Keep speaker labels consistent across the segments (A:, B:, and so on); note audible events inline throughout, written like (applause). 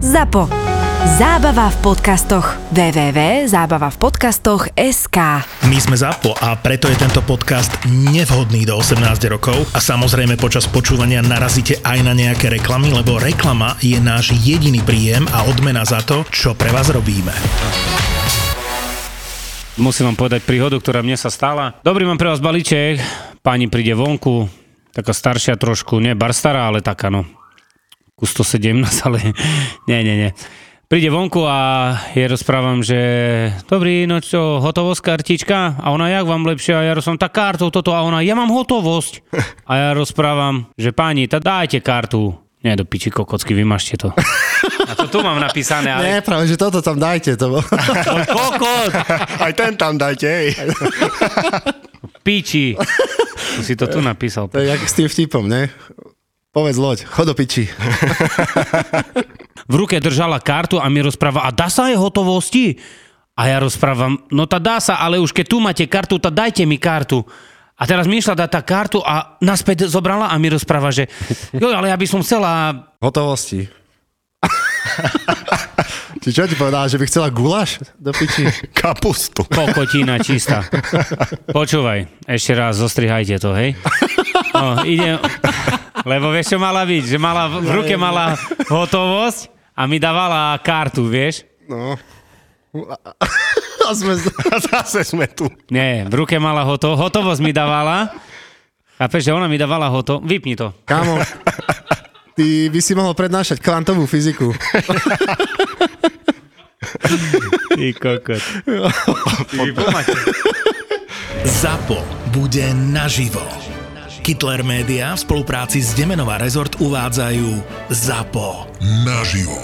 A: ZAPO. Zábava v podcastoch. www.zábavavpodcastoch.sk
B: My sme ZAPO a preto je tento podcast nevhodný do 18 rokov a samozrejme počas počúvania narazíte aj na nejaké reklamy, lebo reklama je náš jediný príjem a odmena za to, čo pre vás robíme.
C: Musím vám povedať príhodu, ktorá mne sa stala. Dobrý mám pre vás balíček. Pani príde vonku, taká staršia trošku, nie bar stará, ale taká no. Ku 117, (laughs) ale nie, nie, nie. Príde vonku a jej rozprávam, že dobrý, no čo, hotovosť kartička? A ona, jak vám lepšie? A ja rozprávam, tá kartou toto. A ona, ja mám
D: (laughs)
C: hotovosť. A ja rozprávam, že páni, tá dajte kartu. Nie, do piči kokocky, vymažte
D: (laughs)
C: to. A to tu mám napísané, ale
D: Nie, práve, že toto tam dajte. To bol... (laughs)
C: Tvoj kokot,
E: Aj ten tam dajte, hej.
D: (laughs)
C: piči. Tu si to tu napísal.
D: to je jak s tým vtipom, ne? Povedz loď, chod do piči.
C: v ruke držala kartu a mi rozpráva, a dá sa aj hotovosti? A ja rozprávam, no tá dá sa, ale už keď tu máte kartu, tá dajte mi kartu. A teraz mi išla dať tá kartu a naspäť zobrala a mi rozpráva, že jo, ale ja by som chcela...
D: Hotovosti. (laughs) Či čo ti povedala, že by chcela gulaš do
E: (laughs)
D: piči?
E: Kapustu.
C: Kokotina čistá. Počúvaj, ešte raz zostrihajte to, hej? No, ide... Lebo vieš, čo mala byť? Že mala, v ruke mala hotovosť a mi dávala kartu, vieš?
D: No. (laughs) A sme... z-
E: A zase sme tu.
C: Nie, v ruke mala hoto, hotovosť mi dávala. Chápeš, že ona mi dávala hoto, vypni to.
D: Kámo, ty by si mohol prednášať kvantovú fyziku.
C: Ty kokot.
B: ZAPO bude naživo. Hitler Media v spolupráci s Demenová rezort uvádzajú ZAPO. Naživo.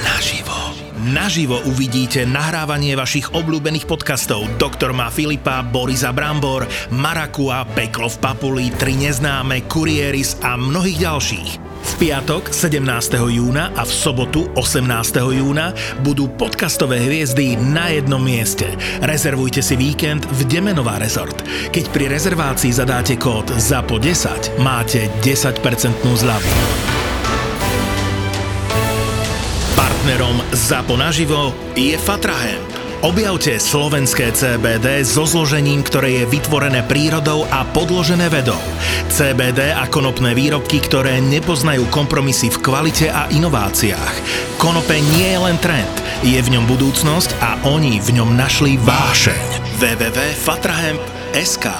B: Naživo. Naživo uvidíte nahrávanie vašich obľúbených podcastov Doktor má Filipa, Borisa Brambor, Marakua, Peklo v Papuli, Tri neznáme, Kurieris a mnohých ďalších. V piatok 17. júna a v sobotu 18. júna budú podcastové hviezdy na jednom mieste. Rezervujte si víkend v Demenová Resort. Keď pri rezervácii zadáte kód ZAPO10, máte 10% zľavu. Partnerom ZAPO naživo je Fatrahem. Objavte slovenské CBD so zložením, ktoré je vytvorené prírodou a podložené vedou. CBD a konopné výrobky, ktoré nepoznajú kompromisy v kvalite a inováciách. Konope nie je len trend, je v ňom budúcnosť a oni v ňom našli vášeň. www.fatrahemp.sk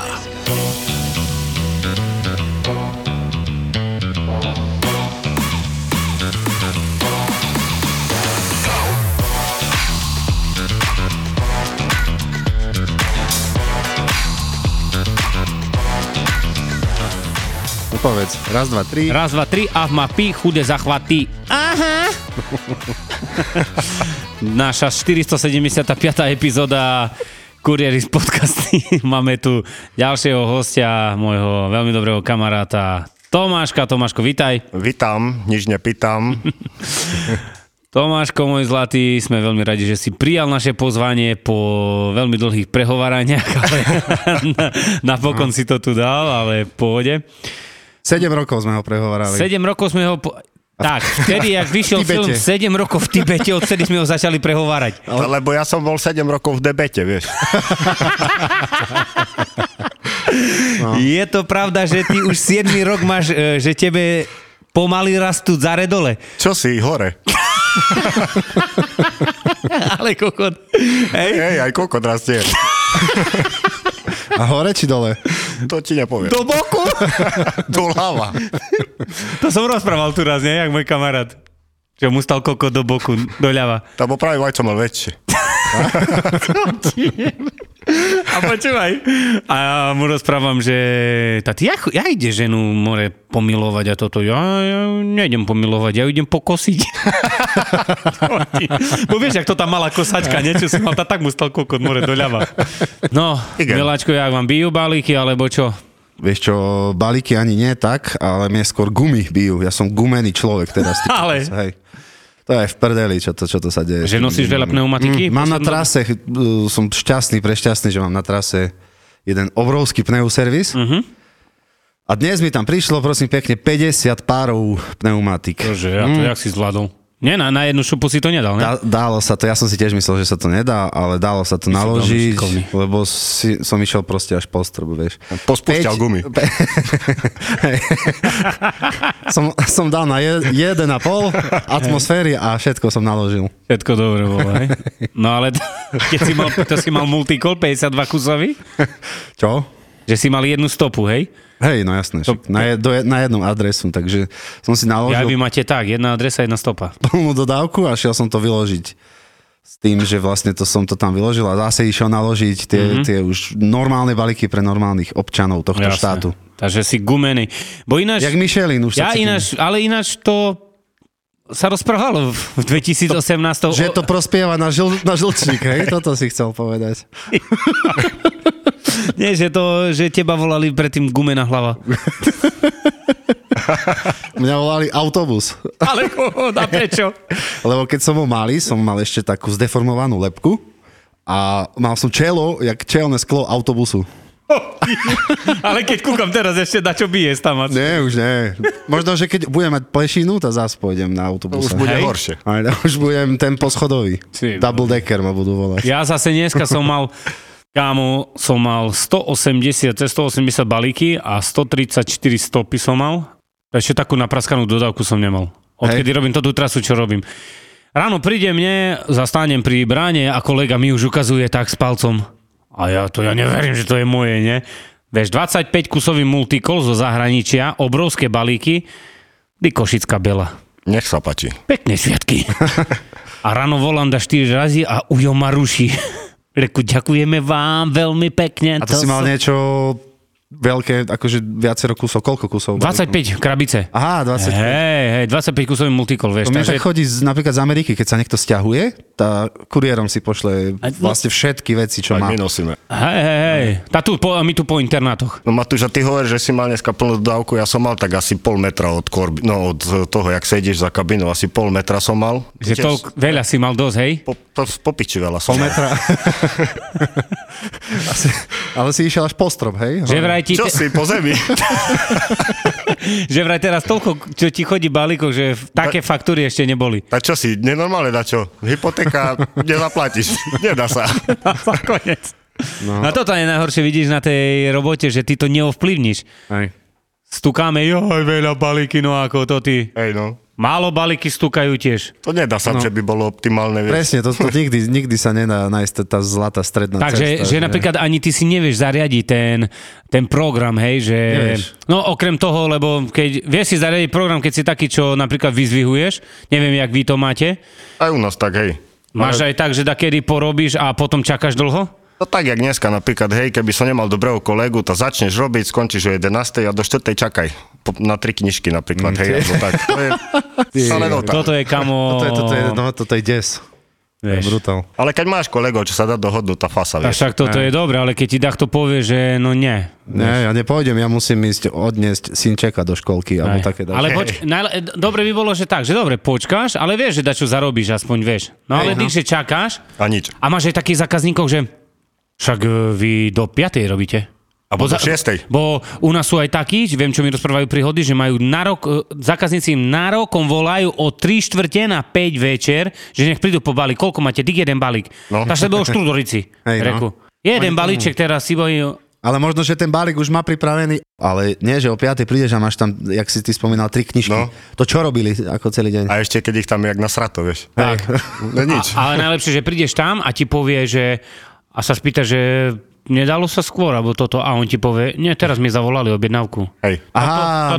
D: No povedz, raz, dva, tri.
C: Raz, dva, tri, a má pi, chude zachvaty. Aha! (laughs) Naša 475. epizóda Kurieris podcasty. (laughs) Máme tu ďalšieho hostia, môjho veľmi dobrého kamaráta Tomáška. Tomáško, vitaj.
E: Vítam, nič nepýtam.
C: Tomáško, môj zlatý, sme veľmi radi, že si prijal naše pozvanie po veľmi dlhých prehováraniach, (laughs) ale na, napokon si to tu dal, ale v pohode.
D: Sedem rokov sme ho prehovorali.
C: Sedem rokov sme ho... Po... Tak, vtedy, (laughs) ak vyšiel
D: V
C: film
D: Tibete.
C: 7 rokov v Tibete, odtedy sme ho začali prehovárať.
E: Lebo ja som bol 7 rokov v debete, vieš.
C: Je to pravda, že ty už 7 rok máš, e, že tebe pomaly rastú zaredole.
E: Čo si, hore?
C: (laughs) Ale kokot. Hej,
E: Hej, aj kokot rastie.
D: A hore či dole?
E: To ti nepoviem.
C: do boku?
E: Do hlava.
C: To som rozprával tu raz, nie? Jak môj kamarát. Že mu stal kokot do boku, doľava.
E: Tam práve vajco mal väčšie.
C: A počúvaj. A ja mu rozprávam, že tati, ja, ja ide ženu more pomilovať a toto. Ja, ja nejdem pomilovať, ja ju idem pokosiť. (laughs) Bo vieš, jak to tam malá kosačka, niečo si mal, tá tak mu stal kokot more doľava. No,
E: Igen.
C: miláčko, jak vám bijú balíky, alebo čo?
D: Vieš čo, balíky ani nie tak, ale mne skôr gumy bijú. Ja som gumený človek teraz.
C: (laughs)
D: ty
C: Ale.
D: kokos, Hej. To je v prdeli, čo to, čo to sa deje.
C: Že nosíš veľa pneumatiky?
D: Mm, mám na trase, ch- uh, som šťastný, prešťastný, že mám na trase jeden obrovský pneuservis.
C: Mhm.
D: Uh-huh. A dnes mi tam prišlo, prosím pekne, 50 párov pneumatik.
C: Mm. Bože, ja to jak si zvládol? Nie, na, na jednu šupu si to nedal, ne?
D: Dá, dálo sa to, ja som si tiež myslel, že sa to nedá, ale dálo sa to naložiť,
C: šikovný.
D: lebo si, som išiel proste až po strop, vieš. Päť-
E: Pospúšťal gumy.
D: Pe- (laughs) som, som dal na je, jeden a pol atmosféry a všetko som naložil.
C: Všetko dobre bolo, hej? No (laughs) ale t- keď si mal, to si mal multikol 52 kusový,
D: Čo?
C: že si mal jednu stopu, hej?
D: Hej, no jasné,
C: To-
D: však na, je, do, je- na jednom adresu, takže som si
C: Ja vy
D: naložil
C: máte tak, jedna adresa, jedna stopa.
D: plnú dodávku a šiel som to vyložiť. S tým, že vlastne to som to tam vyložil a zase išiel naložiť tie,
C: Mhm.
D: mm-hmm. tie už normálne balíky pre normálnych občanov tohto Jasne. štátu.
C: Takže si gumený. Bo ináč...
D: Jak Michelin už sa
C: Ja
D: cítim.
C: ináč, ale ináč to sa rozprávalo v v 2018.
D: Že to prospieva na, žil, na žlčník, hej? Toto si chcel povedať.
C: Nie, že to, že teba volali predtým gumená
D: (laughs)
C: hlava.
D: Mňa volali autobus,
C: Ale koho, na prečo?
D: lebo keď som bol malý, som mal ešte takú zdeformovanú lepku a mal som čelo, jak čelné sklo autobusu.
C: Ale keď kúkam teraz ešte na čo bije tam. Ne.
D: Nie, už nie. Možno, že keď budem mať plešinu, tak zás pôjdem na autobuse.
E: Už bude
C: Hej.
E: horšie.
D: Ale už budem ten poschodový.
C: Ty no.
D: Double decker ma budú volať.
C: Ja zase dneska som mal, kámo, som mal 180, cez 180 balíky a 134 stopy som mal. Ešte takú napraskanú dodávku som nemal. Odkedy robím to tú trasu, čo robím. Ráno príde mne, zastánem pri bráne a kolega mi už ukazuje tak s palcom. A ja to ja neverím, že to je moje, ne? Vieš, 25 kusový multikol zo zahraničia, obrovské balíky, ty košická bela.
E: Nech sa páči.
C: Pekné sviatky. (laughs) A ráno volám da 4 razy a Ujo ma ruší. (laughs) Reku, ďakujeme vám veľmi pekne.
D: A to, si
C: sú-
D: mal niečo veľké, akože viacero kusov, koľko kusov?
C: 25 krabice.
D: Aha, 25.
C: Hej, hej, 25 kusový multikol, vieš.
D: To mne tak
C: takže...
D: chodí z, napríklad z Ameriky, keď sa niekto stiahuje, tá kuriérom si pošle
C: A- no-
D: vlastne všetky veci, čo
E: Tak
D: má.
E: my nosíme.
C: Hej, hej, hej. Tá tu, po, my tu po internátoch.
E: No Matúš, a ty hovoríš, že si mal dneska plnú dodávku, ja som mal tak asi pol metra od, korby, no, od eh, toho, jak sedíš za kabinou, asi pol metra som mal.
C: Že
E: Tiež
C: to, veľa si mal dosť, hej?
E: Po, po, po piči veľa som
D: Pol
E: mal.
D: metra. (laughs) Asi, ale si išiel až po strop, hej? No.
C: Že vraj, ti,
E: Čo si, po zemi?
C: že vraj teraz toľko, čo ti chodí balíkov, že v- také faktúry ešte (laughs) neboli.
E: A čo si, nenormálne dačo? Hypotéka nezaplatíš, nedá sa.
C: Nakoniec. No. no toto je najhoršie, vidíš na tej robote, že ty to neovplyvníš.
D: Hej.
C: Stukáme, joj, veľa balíky, no ako to ty.
E: Hej no,
C: Málo balíky stúkajú tiež.
E: to nedá sa, no. že by bolo optimálne, vieš.
D: Presne, to, to nikdy, nikdy sa nedá nájsť tá- tá zlatá stredná
C: Takže
D: cesta.
C: že napríklad ani ty si nevieš zariadiť ten, ten program, hej, že...
D: Nevieš.
C: No okrem toho, lebo keď vieš si zariadiť program, keď si taký, čo napríklad vyzvihuješ, neviem, jak vy to máte,
E: Aj u nás tak, hej.
C: máš aj tak, že da kedy porobíš a potom čakáš dlho?
E: No tak, jak dneska napríklad, hej, keby som nemal dobrého kolegu, to začneš robiť, skončíš o 11. a do 4. čakaj. Po, na tri knižky napríklad, hej, alebo tak. To je stále no tak.
C: Toto je kamo...
D: (laughs) Toto je, toto je, no, toto je des.
C: vieš.
D: Brutál.
E: Ale keď máš kolegov, čo sa dá dohodnúť, tá fasa,
C: A
E: vieš.
C: však toto je dobré, ale keď ti takto povie, že no nie.
D: Nie, ja nepôjdem, ja musím ísť odniesť synčeka do školky, alebo také dá.
C: Ale poč- najle- dobre by bolo, že tak, že dobre, počkáš, ale vieš, že dačo zarobíš, aspoň vieš. No ale
D: Hej, no.
C: ty, že čakáš,
E: A nič.
C: A máš aj takých zákazníkov, že však e, vy do 5. robíte.
E: Alebo do 6.
C: Bo u nás sú aj takí, že viem, čo mi rozprávajú príhody, že majú na rok, e, zákazníci im na rokom volajú o 3 štvrte na 5 večer, že nech prídu po balík. Koľko máte? Dík jeden balík. No.
E: No.
C: Dáš lebo štúdorici.
D: (laughs) Hej, no.
C: Reku. Jeden balíček teraz si bojí.
D: Ale možno, že ten balík už má pripravený, ale nie, že o 5. prídeš a máš tam, jak si ty spomínal, tri knižky.
E: No.
D: To čo robili ako celý deň?
E: A ešte, keď ich tam je jak nasrato, vieš.
C: Tak.
E: No nič.
C: Ale najlepšie, že prídeš tam a ti povie, že a sa spýta, že nedalo sa skôr, alebo toto, a on ti povie, nie, teraz mi zavolali objednávku.
E: Hej.
D: Aha,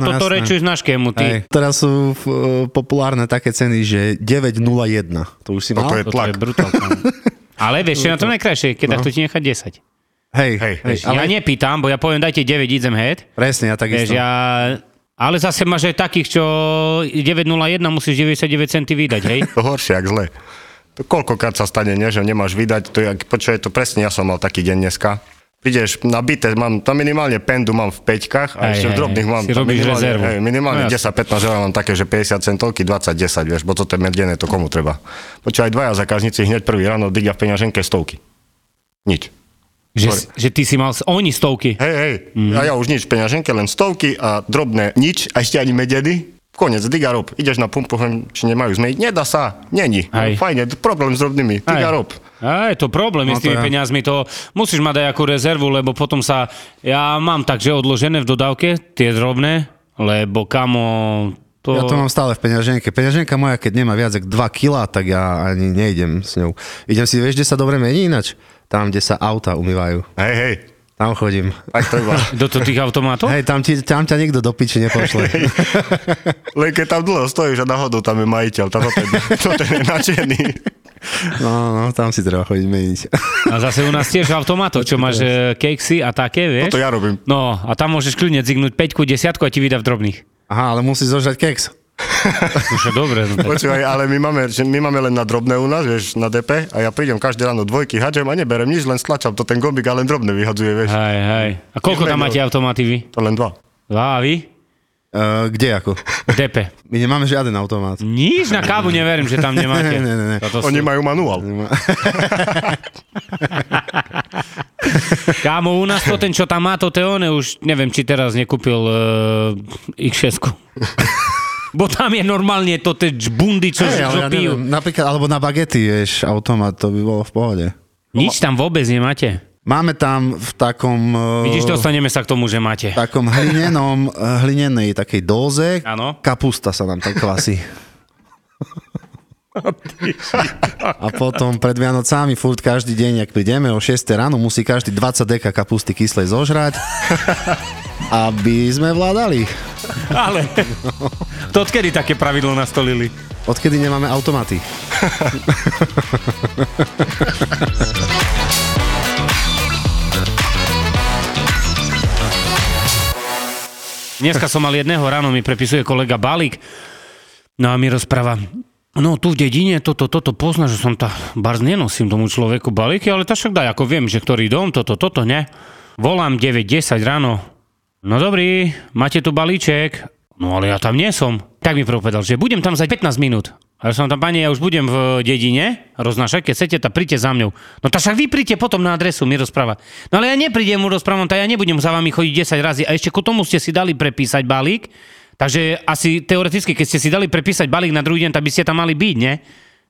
C: Toto to,
D: no
C: to, to
D: jasné.
C: rečuješ na škému, ty.
D: Hej. Teraz sú f, e, populárne také ceny, že 9,01. To už si mal?
E: Toto je
C: Toto
E: tlak.
C: No. je brutál. kámo. (laughs) Ale vieš, čo je na tom najkrajšie, keď
D: No.
C: takto ti nechá 10.
D: Hej,
E: Hej,
D: hej.
C: Ale... Ja nepýtam, bo ja poviem, dajte 9, idem head.
D: Presne, ja
C: Vieš,
D: takisto.
C: ja... Ale zase máš aj takých, čo 9,01 musíš 99 centy vydať,
D: (laughs)
C: hej?
E: To horšie, jak zle. To koľkokrát sa stane, nie, že nemáš vydať, to je, jak- počuje to presne, ja som mal taký deň dneska. Prídeš na bite, mám, tam minimálne pendu mám v peťkach a
C: Hej,
E: ešte
C: hej,
E: v drobných
C: hej,
E: mám.
C: si
E: tam
C: robíš
E: minimálne,
C: rezervu.
E: Hej, minimálne
C: No jasne.
E: 10-15 eur mám také, že 50 centovky, 20-10, vieš, bo toto je medlené, to komu treba. Počúvaj, dvaja zákazníci hneď prvý ráno digia v peňaženke stovky. Nič.
C: Že, že ty si mal s- oni stovky. Mhm.
E: Hej, hej, mm. a ja už nič v peňaženke, len stovky a drobné nič a ešte ani mededy. koniec, diga rob. Ideš na pumpu, hovorím, či nemajú zmeniť. Nedá sa, není.
C: Hej.
E: Fajne, problém s drobnými,
C: Aj.
E: diga rob.
C: Aj, to problém je s
D: No
C: tými
D: to je.
C: peniazmi, to musíš mať aj akú rezervu, lebo potom sa, ja mám takže odložené v dodávke, tie drobné, lebo kamo, to...
D: Ja to mám stále v peňaženke. Peňaženka moja, keď nemá viac ako 2 kg, tak ja ani nejdem s ňou. Idem si, vieš, kde sa dobre mení inač? Tam, kde sa auta umývajú.
E: Hej, hej,
D: Tam chodím.
E: aj treba.
C: Do to tých automatov?
D: (laughs) Hej, tam, ti, tam ťa nikto do piči
C: (laughs)
D: nepošle.
E: Len keď tam dlho stojíš a náhodou tam je majiteľ, tam to ten,
C: (laughs)
E: (laughs) to ten je nadšený.
D: No, no, tam si treba chodiť meniť. (laughs)
C: A zase u nás tiež automatov, čo máš e, keksy a také, vieš?
E: Toto ja robím.
C: No, a tam môžeš kľudne zignúť 5 desiatku a ti vydá v drobných.
D: Aha, ale musíš zožrať keks.
C: Už je dobre. No, tak.
E: Počúvaj, ale my máme, že my máme len na drobné u nás, vieš, na DP a ja prídem každé ráno dvojky, hadžem a neberem nič, len stlačam to ten gombík a len drobné vyhadzuje, vieš.
C: Hej, hej. A koľko tam máte automaty vy?
E: To len dva.
C: Dva, a vy?
D: Uh, kde ako?
C: DP.
D: My nemáme žiaden automát.
C: Nič na kávu neverím, že
D: (laughs)
C: tam nemáte.
D: Ne, ne, ne, ne.
C: Toto
E: Oni
C: sú...
E: majú manuál.
D: (laughs)
C: Kámo, u nás to ten, čo tam má, to teone, už neviem, či teraz nekúpil uh, X6. (laughs) Bo tam je normálne to tie bundy, čo,
D: Hej, ale
C: čo
D: ja
C: pijú.
D: neviem, napríklad, alebo na bagety, vieš, automat, to by bolo v pohode.
C: Nič tam vôbec nemáte.
D: Máme tam v takom... eh,
C: Vidíš, dostaneme sa k tomu, že máte.
D: takom hlinenom, eh, hlinenej takej dóze.
C: Áno.
D: Kapusta sa nám tam klasí.
C: (laughs)
D: A potom pred Vianocami furt každý deň, ak prídeme o 6 ráno, musí každý 20 deka kapusty kyslej zožrať,
C: (laughs)
D: aby sme vládali.
C: Ale to odkedy také pravidlo nastolili?
D: Odkedy nemáme automaty.
C: Dneska som mal jedného, ráno mi prepisuje kolega Balík, no a mi rozpráva, no tu v dedine toto, toto pozná, že som tá, barz nenosím tomu človeku balíky, ale tá však daj, ako viem, že ktorý dom, toto, toto, ne? Volám 9.10 ráno, no dobrý, máte tu balíček, no ale ja tam nie som. Tak mi povedal, že budem tam za 15 minút. A ja som tam, pani, ja už budem v dedine roznášať, keď chcete, tak príďte za mňou. No tak však vy príďte potom na adresu, mi rozpráva. No ale ja neprídem mu rozprávam, tak ja nebudem za vami chodiť 10 razy. A ešte ku tomu ste si dali prepísať balík, Takže asi teoreticky, keď ste si dali prepísať balík na druhý deň, tak by ste tam mali byť, nie?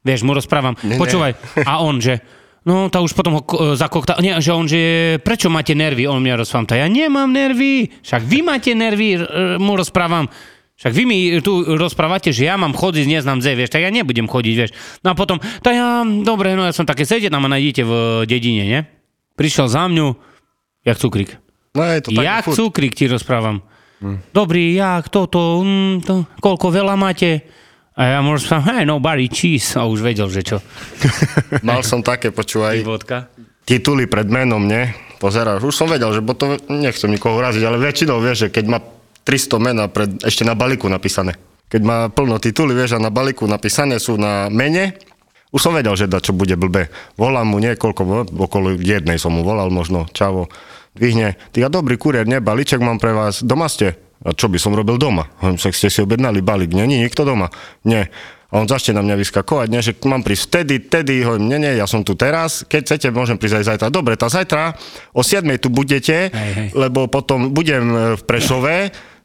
C: Vieš, mu rozprávam.
E: Ne, ne.
C: Počúvaj. A on, že No, tá už potom ho ko- zakokta... Nie, že on, že prečo máte nervy? On mňa rozprávam. Tá ja nemám nervy. Však vy máte nervy, r- r- mu rozprávam. Však vy mi tu rozprávate, že ja mám chodiť, neznám dze, vieš, tak ja nebudem chodiť, vieš. No a potom, tá ja, dobre, no ja som také, sedete tam a nájdete v e, dedine, nie? Prišiel za mňu, jak cukrik.
E: No je to tak.
C: Jak
E: furt.
C: cukrík ti rozprávam. Dobrý, jak, toto, mm, to, koľko veľa máte? A ja môžem sa, hey, nobody cheese. A už vedel, že čo.
E: Mal som také, počúvaj.
C: Vodka.
E: tituly pred menom, nie? Pozeráš, už som vedel, že bo to nechcem nikoho uraziť, ale väčšinou vieš, že keď má 300 mena pred, ešte na balíku napísané. Keď má plno tituly, vieš, a na balíku napísané sú na mene, už som vedel, že da čo bude blbé. Volám mu niekoľko, bo- okolo jednej som mu volal možno, čavo, dvihne. Ty ja dobrý kurier, nie, balíček mám pre vás, doma ste? A čo by som robil doma? Hovorím, však ste si objednali balík, nie, nie, nikto doma. Nie. A on začne na mňa vyskakovať, nie, že mám prísť vtedy, vtedy, hovorím, nie, nie, ja som tu teraz, keď chcete, môžem prísť aj zajtra. Dobre, tá zajtra o 7 tu budete,
C: Hej, hej.
E: lebo potom budem e, v Prešove,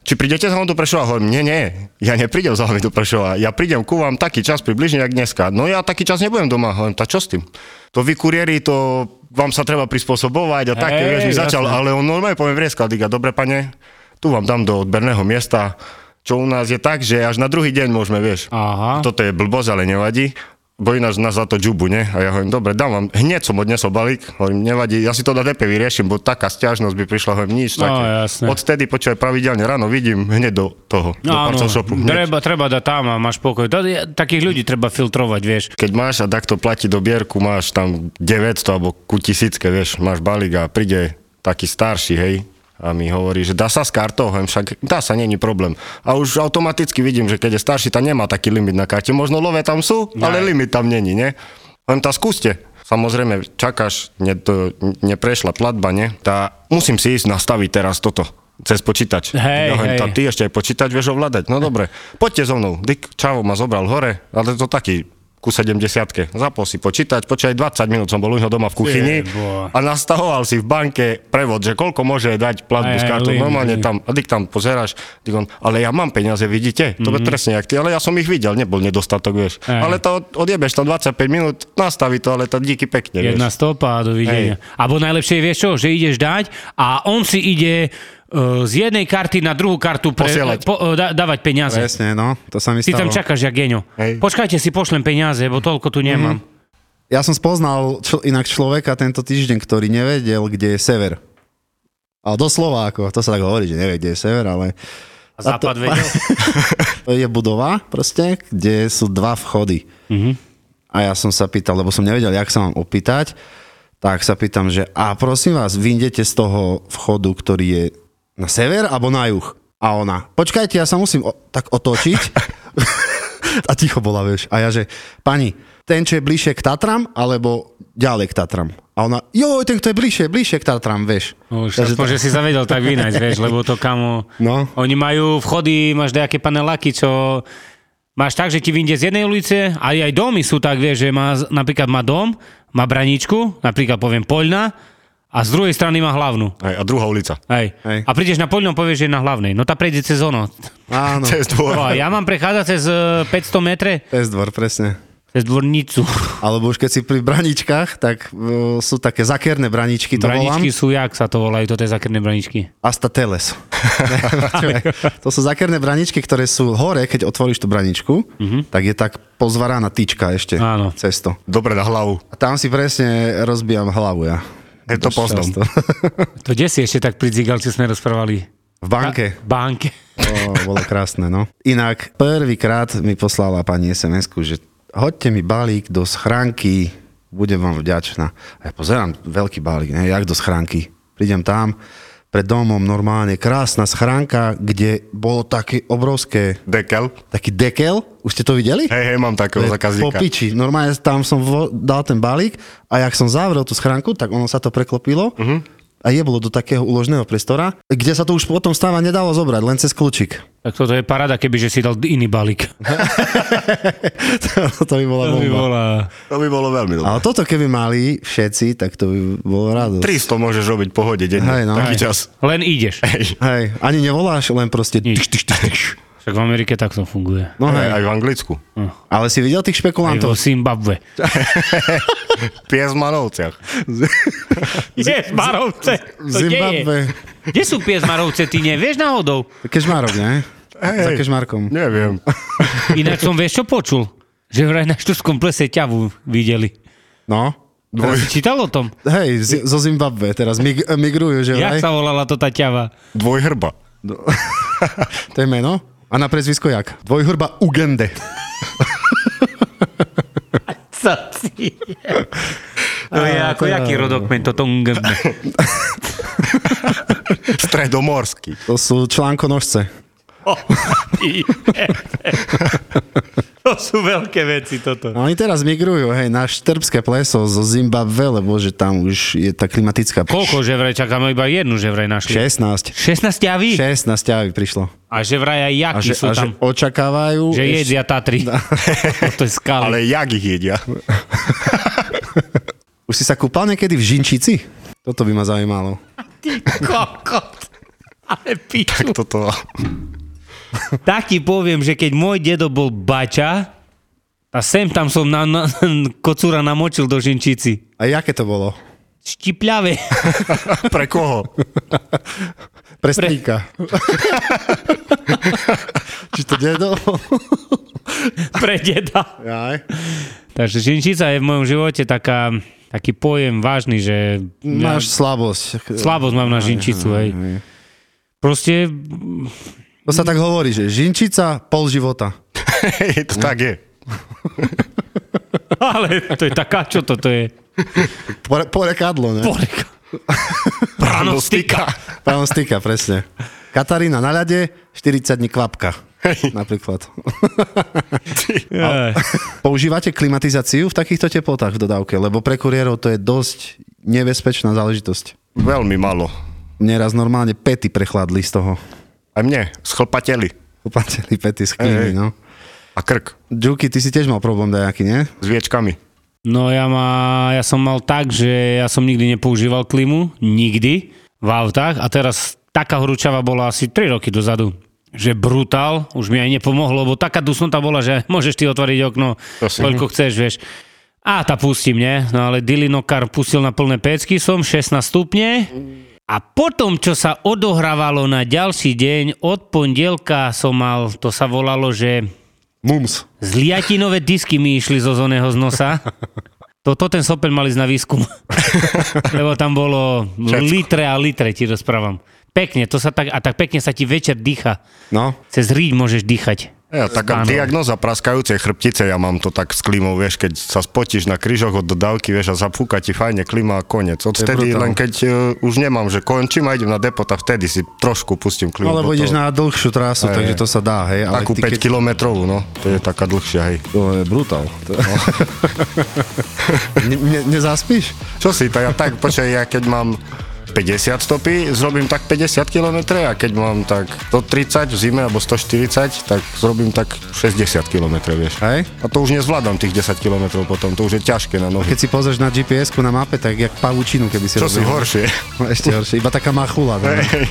E: či prídete za mnou do Prešova? Hovorím, nie, nie, ja neprídem za vami do Prešova, ja prídem ku vám taký čas približne, jak dneska. No ja taký čas nebudem doma, hovorím, tá čo s tým? To vy kuriéri, to vám sa treba prispôsobovať a
C: Hej,
E: tak, vieš, mi začal,
C: jasné.
E: ale on normálne poviem vrieskal, diga, dobre pane, tu vám dám do odberného miesta, čo u nás je tak, že až na druhý deň môžeme, vieš.
C: Aha.
E: Toto je blbosť, ale nevadí. Bo ináč nás za to džubu, ne? A ja hovorím, dobre, dám vám, hneď som odnesol balík, hovorím, nevadí, ja si to na DP vyriešim, bo taká stiažnosť by prišla, hovorím, nič
C: No,
E: také.
C: jasné.
E: Odtedy, počúvaj, pravidelne ráno vidím hneď do toho, do
C: No, áno,
E: parcel shopu. hneď.
C: treba, treba dať tam a máš pokoj. To, je- takých ľudí treba filtrovať, vieš.
E: Keď máš a takto platí do bierku, máš tam 900 alebo ku tisícke, vieš, máš balík a príde taký starší, hej, a mi hovorí, že dá sa s kartou, hovorím, však dá sa, není problém. A už automaticky vidím, že keď je starší, tam nemá taký limit na karte. Možno love tam sú, ale limit tam není, ne? Hovorím, tá skúste. Samozrejme, čakáš, ne, to, neprešla platba, ne? Tá, musím si ísť nastaviť teraz toto cez počítač.
C: Hej,
E: ja hovorím,
C: hej.
E: tá, ty ešte aj počítač vieš ovládať. No dobre, poďte so mnou. Dick Čavo ma zobral hore, ale to taký ku 70. Zapol si počítať, počkaj 20 minút som bol u neho doma v kuchyni
C: Jebo.
E: a nastahoval si v banke prevod, že koľko môže dať platbu
C: Aj,
E: s
C: aj,
E: kartou.
C: link,
E: Normálne
C: link.
E: tam, a ty tam pozeráš, ty on, ale ja mám peniaze, vidíte? To je presne jak ty, ale ja som ich videl, nebol nedostatok, vieš.
C: Mhm. Aj.
E: Ale to od- odjebeš tam 25 minút, nastaví to, ale to díky pekne, vieš.
C: Jedna stopa a dovidenia.
E: Hej.
C: Abo najlepšie je, vieš čo, že ideš dať a on si ide e, z jednej karty na druhú kartu pre,
E: Posielať.
C: po, e, da, dávať peniaze.
D: Presne, no, to sa mi
C: Ty
D: stalo.
C: tam čakáš, jak geňo.
E: Hej. Mhm.
C: Počkajte, si pošlem peniaze, bo toľko tu nemám.
D: Ja som spoznal čl- inak človeka tento týždeň, ktorý nevedel, kde je sever. Ale doslova, ako, to sa tak hovorí, že nevie, kde je sever, ale
C: A západ
D: to-
E: (laughs)
C: vedel.
D: to je budova proste, kde sú dva vchody. A ja som sa pýtal, lebo som nevedel, jak sa mám opýtať, tak sa pýtam, že a prosím vás, vyjdete z toho vchodu, ktorý je na sever alebo na juh? A ona, počkajte, ja sa musím o- tak otočiť. (laughs) a ticho bola, vieš. A ja že, pani, ten, čo je bližšie k Tatram, alebo ďalej k Tatram? A ona, joj, ten, kto je bližšie, bližšie k Tatram, vieš.
C: No už aspoň, že si zavedel tak vynájsť, vieš, lebo to kamo...
D: No.
C: Oni majú vchody, máš nejaké paneláky, čo... Máš tak, že ti vyjde z jednej ulice, a aj domy sú tak, vieš, že má, napríklad má dom, má braničku, napríklad poviem Poľna, a z druhej strany má hlavnú.
E: Hej, a druhá ulica.
C: Hej.
D: Hej.
C: A prídeš na Poľnom, povieš, že je na hlavnej. No tá prejde cez ono.
D: Áno, (laughs)
E: Cez dvor.
C: No, ja mám prechádzať cez e, 500 metre,
D: cez dvor, presne.
C: cez dvornicu.
D: Alebo už keď si pri braničkách, tak e, sú také zakerné braničky,
C: (laughs)
D: to
C: Braničky
D: braničky... volám.
C: sú, jak sa to volajú, to tie zakrné braničky.
D: Asta teles. (laughs) Ne, počúvaj. to sú zakerné braničky, ktoré sú hore, keď otvoríš tú braničku, tak je tak pozvaraná tyčka ešte
C: Mhm. Áno.
D: cez to.
E: Dobre na hlavu.
D: A tam si presne rozbijam hlavu ja.
E: Je to
D: Dosť
E: poznám.
D: často.
C: To kde si ešte tak pri Zigalci sme rozprávali?
D: v banke.
C: Banke.
D: To bolo krásne, no. Inak prvýkrát mi poslala pani sms že hoďte mi balík do schránky, budem vám vďačná. A ja pozerám, veľký balík, ne, jak do schránky. Prídem tam, pred domom normálne krásna schránka, kde bolo také obrovské,
E: Dekel.
D: taký dekel, už ste to videli?
E: Hej, hej, mám takého
D: Po
E: zákazníka.
D: piči. Normálne tam som vo, dal ten balík a jak som zavrel tú schránku, tak ono sa to preklopilo
E: Mhm.
D: uh-huh. a jeblo do takého úložného priestora, kde sa to už potom stáva nedalo zobrať, len cez kľúčik.
C: Tak toto je parada, keby že si dal iný (laughs) balík.
D: (laughs) to by bola
C: To by
D: bomba.
C: bola...
E: To by bolo veľmi dobré.
D: Ale toto keby mali všetci, tak to by bolo rádo.
E: 300 môžeš robiť pohode denne.
D: Hej, no.
E: Taký
D: Hej.
E: čas.
C: Len ideš.
D: Hej, ani nevoláš, len proste...
C: Nič. Však v Amerike takto funguje.
D: No
E: Hej.
D: hej,
E: Aj v Anglicku.
D: ale si videl tých
C: Aj vo
D: špekulantov?
C: Zimbabwe.
E: Pies v Manovciach.
C: Je, Marovce. To
D: v
C: kde je?
D: Zimbabve.
C: Kde sú pies Marovce, ty nevieš náhodou?
D: Kežmarok, ne? Za Kežmarkom.
E: Neviem.
C: Inak som vieš, čo počul? Že vraj na Štúrskom plese ťavu videli.
D: No.
C: Dvoj. Si čítal o tom?
D: Hej, z- zo Zimbabve teraz mig- migrujú, že
C: Jak
D: vraj?
C: sa volala to tá ťava?
E: Dvojhrba.
D: To je meno? A na prezvisko jak? Dvojhrba Ugende.
C: Co si? To je ako jaký rodokmen, toto ngm.
E: Stredomorský.
D: To sú článkonožce.
C: To sú veľké veci toto.
D: A No oni teraz migrujú, hej, na štrbské pleso zo Zimbabve, lebo že tam už je tá klimatická...
C: Koľko že vraj čakáme? Iba jednu že vraj našli.
D: 16.
C: 16 ťaví?
D: 16 ťavy prišlo.
C: A že vraj aj
D: A
C: jaky
D: že, No.
C: sú
D: a že
C: tam.
D: očakávajú...
C: Že jedia Tatry. (laughs) To je skály.
E: Ale jak ich jedia?
D: Už si sa kúpal niekedy v Žinčici? Toto by ma zaujímalo.
C: Kokot. Ale piču.
E: Toto.
C: Tak ti poviem, že keď môj dedo bol bača, a sem tam som na, na, kocúra namočil do žinčici.
D: A jaké to bolo?
C: Štipľavé.
E: Pre koho?
D: Pre strýka. (laughs) Či to dedo?
C: (laughs) Pre deda.
D: Jaj.
C: Takže žinčica je v mojom živote taká, taký pojem vážny, že
D: Máš slabosť.
C: slabosť mám na žinčicu. Hej. Proste (laughs)
D: To sa tak hovorí, že Žinčica pol života.
E: Hej, to tak je.
C: Ale to je taká, čo toto je?
D: Pore, porekadlo, ne?
C: Poreka. Pranostika.
D: Pánom styka, presne. Katarína na ľade, 40 dní kvapka. Napríklad. (laughs)
C: Jaj.
D: Používate klimatizáciu v takýchto teplotách v dodávke? Lebo pre kuriérov to je dosť nebezpečná záležitosť.
E: Veľmi malo.
D: Mne raz normálne pety prechladli z toho.
E: A mne, schlpateli.
D: Uplatili pety z klímy,
E: Hej.
D: no.
E: a krk
D: Ďuky, ty si tiež mal problém dajaký, nie?
E: s viečkami.
C: No ja, ma, ja som mal tak, že ja som nikdy nepoužíval klimu, nikdy v autách a teraz taká horúčava bola asi 3 roky dozadu že brutál, už mi aj nepomohlo, lebo taká dusnota bola, že (laughs) môžeš ty otvoriť okno,
E: To si-
C: koľko chceš, vieš. A tá pustím, nie? No ale Dylinokar pustil na plné pecky, som 16 stupne. A potom, čo sa odohrávalo na ďalší deň, od pondelka som mal, to sa volalo, že
E: Mums.
C: Zliatinové disky mi išli zo zóneho z
F: (laughs)
C: nosa. Toto ten sopel mal ísť na výskum. Lebo tam bolo litre a litre, ti rozprávam. Pekne, to sa tak, a tak pekne sa ti večer dýcha.
D: No,
C: Cez riť môžeš dýchať.
E: Ja, taká
C: Áno.
E: diagnoza praskajúcej chrbtice, ja mám to tak s klímou, vieš, keď sa spotíš na kryžoch od dodávky, vieš, a zapúka ti fajne klíma a koniec. Odtedy
D: brutál.
E: len keď uh, už nemám, že končím a idem na depot a vtedy si trošku pustím klímu.
D: alebo No,
E: do
D: ideš
E: toho.
D: na dlhšiu trasu,
E: Hej.
D: takže to sa dá, hej. Ale
E: takú
D: ty,
E: 5
D: keď-
E: kilometrovú, no, to je taká dlhšia, hej.
D: To je brutál. To... No. (laughs) Ne- ne- Nezaspíš?
E: Čo si, tak ja tak, (laughs) počkaj, ja keď mám 50 stopy, zrobím tak 50 km a keď mám tak 130 v zime alebo 140, tak zrobím tak 60 km, vieš.
D: Hej?
E: A to už nezvládam tých 10 km potom, to už je ťažké na nohy.
D: Keď si pozrieš na GPS-ku na mape, tak jak pavučinu, keby si No,
E: Čo si horšie?
D: Ešte horšie, iba taká machula. no.
E: Hej.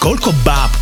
B: Koľko báb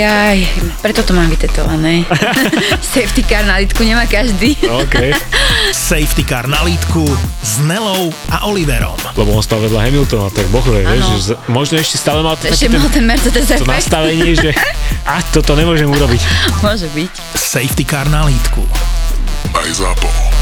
G: Jaj, preto to mám
F: (laughs)
G: vytetované. Safety car na litku nemá každý.
F: OK.
B: Safety Car na lítku s Nelou a Oliverom.
F: Lebo on stal vedľa Hamiltona, tak boh vie, vieš,
G: Áno.
F: že z- možno ešte stále mal to,
G: Ešte
F: taký ten,
G: mal ten Mercedes
F: to
G: efekt.
F: nastavenie, že a toto nemôžem urobiť.
G: Môže byť.
B: Safety Car na lítku.
H: Aj zapo.